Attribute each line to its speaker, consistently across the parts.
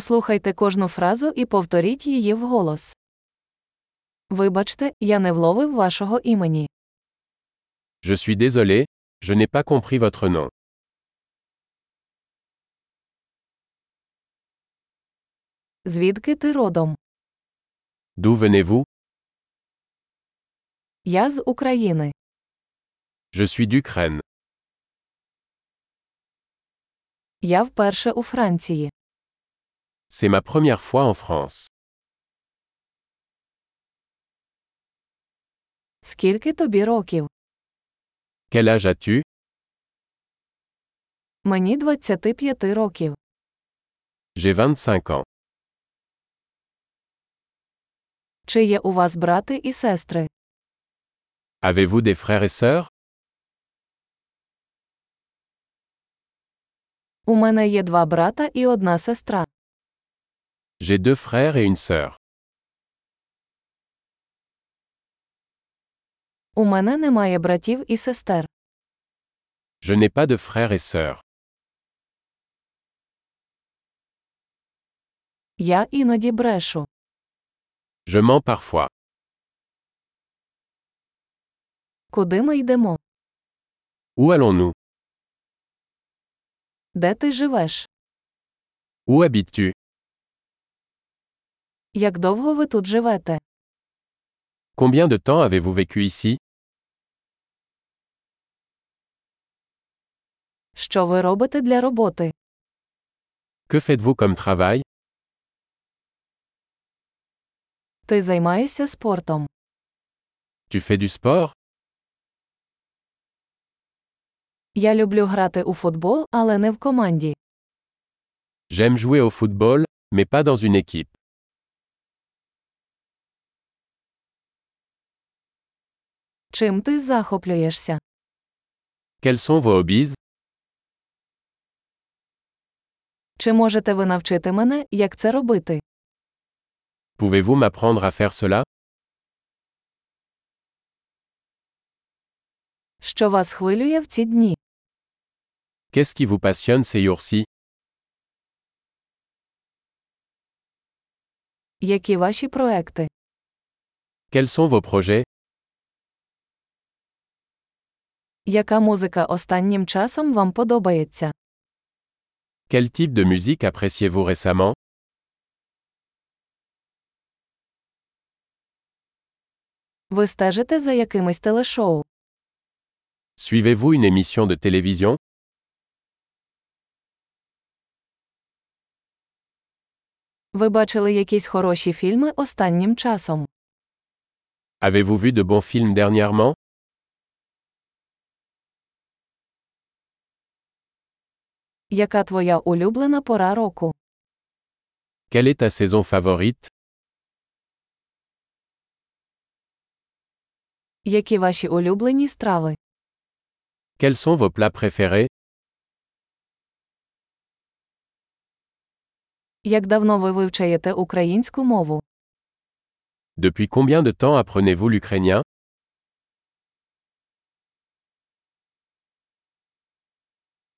Speaker 1: Послухайте кожну фразу і повторіть її вголос. Вибачте, я не вловив вашого імені.
Speaker 2: Je suis désolé, je n'ai pas compris votre nom.
Speaker 1: Звідки ти родом?
Speaker 2: D'où venez-vous
Speaker 1: Я з України.
Speaker 2: Je suis d'Ukraine.
Speaker 1: Я вперше у Франції.
Speaker 2: C'est ma première fois en France.
Speaker 1: Скільки тобі років?
Speaker 2: Quel âge as-tu
Speaker 1: Мені 25 років.
Speaker 2: J'ai 25 ans.
Speaker 1: Чи є у вас брати і сестри?
Speaker 2: Avez-vous des frères et sœurs
Speaker 1: У мене є два брата і одна сестра.
Speaker 2: J'ai deux frères et une sœur.
Speaker 1: У мене немає братів і сестер.
Speaker 2: Je n'ai pas de frères et sœurs.
Speaker 1: Я іноді брешу.
Speaker 2: Je mens parfois.
Speaker 1: Куди ми йдемо?
Speaker 2: Où allons-nous
Speaker 1: Де ти живеш?
Speaker 2: Où habites-tu
Speaker 1: Як довго ви тут живете?
Speaker 2: Combien de temps avez-vous vécu ici
Speaker 1: Що ви робите для роботи?
Speaker 2: Que faites-vous comme travail
Speaker 1: Ти займаєшся спортом.
Speaker 2: Tu fais du sport
Speaker 1: Я люблю грати у футбол, але не в команді.
Speaker 2: J'aime jouer au football, mais pas dans une équipe.
Speaker 1: Чим ти захоплюєшся?
Speaker 2: Quels sont vos hobbies
Speaker 1: Чи можете ви навчити мене, як це робити?
Speaker 2: Pouvez-vous m'apprendre à faire cela
Speaker 1: Що вас хвилює в ці дні?
Speaker 2: Qu'est-ce qui vous passionne ces jours-ci
Speaker 1: Які ваші проекти?
Speaker 2: Quels sont vos projets
Speaker 1: Яка музика останнім часом вам подобається?
Speaker 2: Quel type de musique appréciez-vous récemment
Speaker 1: Ви стежите за якимись телешоу?
Speaker 2: Suivez-vous une émission de télévision
Speaker 1: Ви бачили якісь хороші фільми останнім часом?
Speaker 2: Avez-vous vu de bons films dernièrement
Speaker 1: Яка твоя улюблена пора року?
Speaker 2: Quelle est ta saison favorite
Speaker 1: Які ваші улюблені страви?
Speaker 2: Quels sont vos plats préférés
Speaker 1: Як давно ви вивчаєте українську мову?
Speaker 2: Depuis combien de temps apprenez-vous l'ukrainien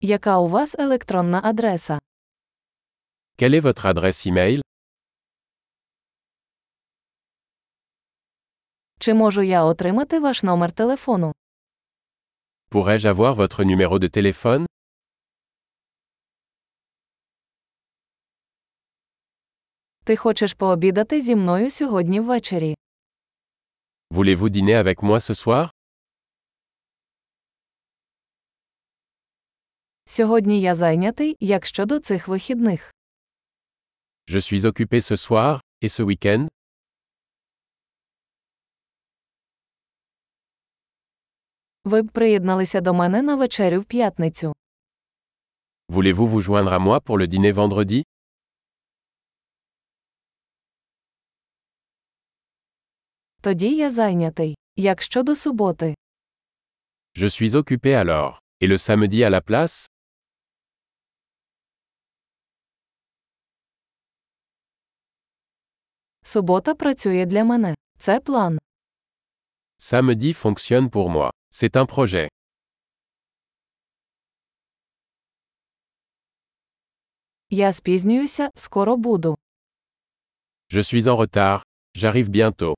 Speaker 1: Яка у вас електронна адреса?
Speaker 2: Quelle est votre adresse e-mail
Speaker 1: Чи можу я отримати ваш номер телефону?
Speaker 2: Pourrais-je avoir votre numéro de téléphone
Speaker 1: Ти хочеш пообідати зі мною сьогодні ввечері?
Speaker 2: Voulez-vous dîner avec moi ce soir
Speaker 1: Сьогодні я зайнятий, як щодо цих вихідних.
Speaker 2: Je suis occupé ce soir, et ce week-end
Speaker 1: Ви б приєдналися до мене на вечерю в п'ятницю.
Speaker 2: Voulez-vous vous joindre à moi pour le dîner vendredi
Speaker 1: Тоді я зайнятий. Як щодо суботи?
Speaker 2: Je suis occupé alors. Et le samedi à la place
Speaker 1: Субота працює для мене. Це план.
Speaker 2: Samedi fonctionne pour moi. C'est un projet.
Speaker 1: Я спізнююся, скоро буду.
Speaker 2: Je suis en retard. J'arrive bientôt.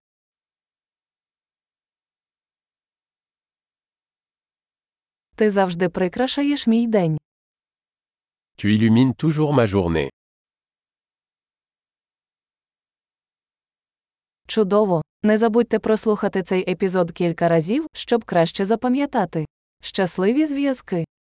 Speaker 1: Ти завжди прикрашаєш мій день.
Speaker 2: Tu illumines toujours ma journée.
Speaker 1: Чудово! Не забудьте прослухати цей епізод кілька разів, щоб краще запам'ятати. Щасливі зв'язки!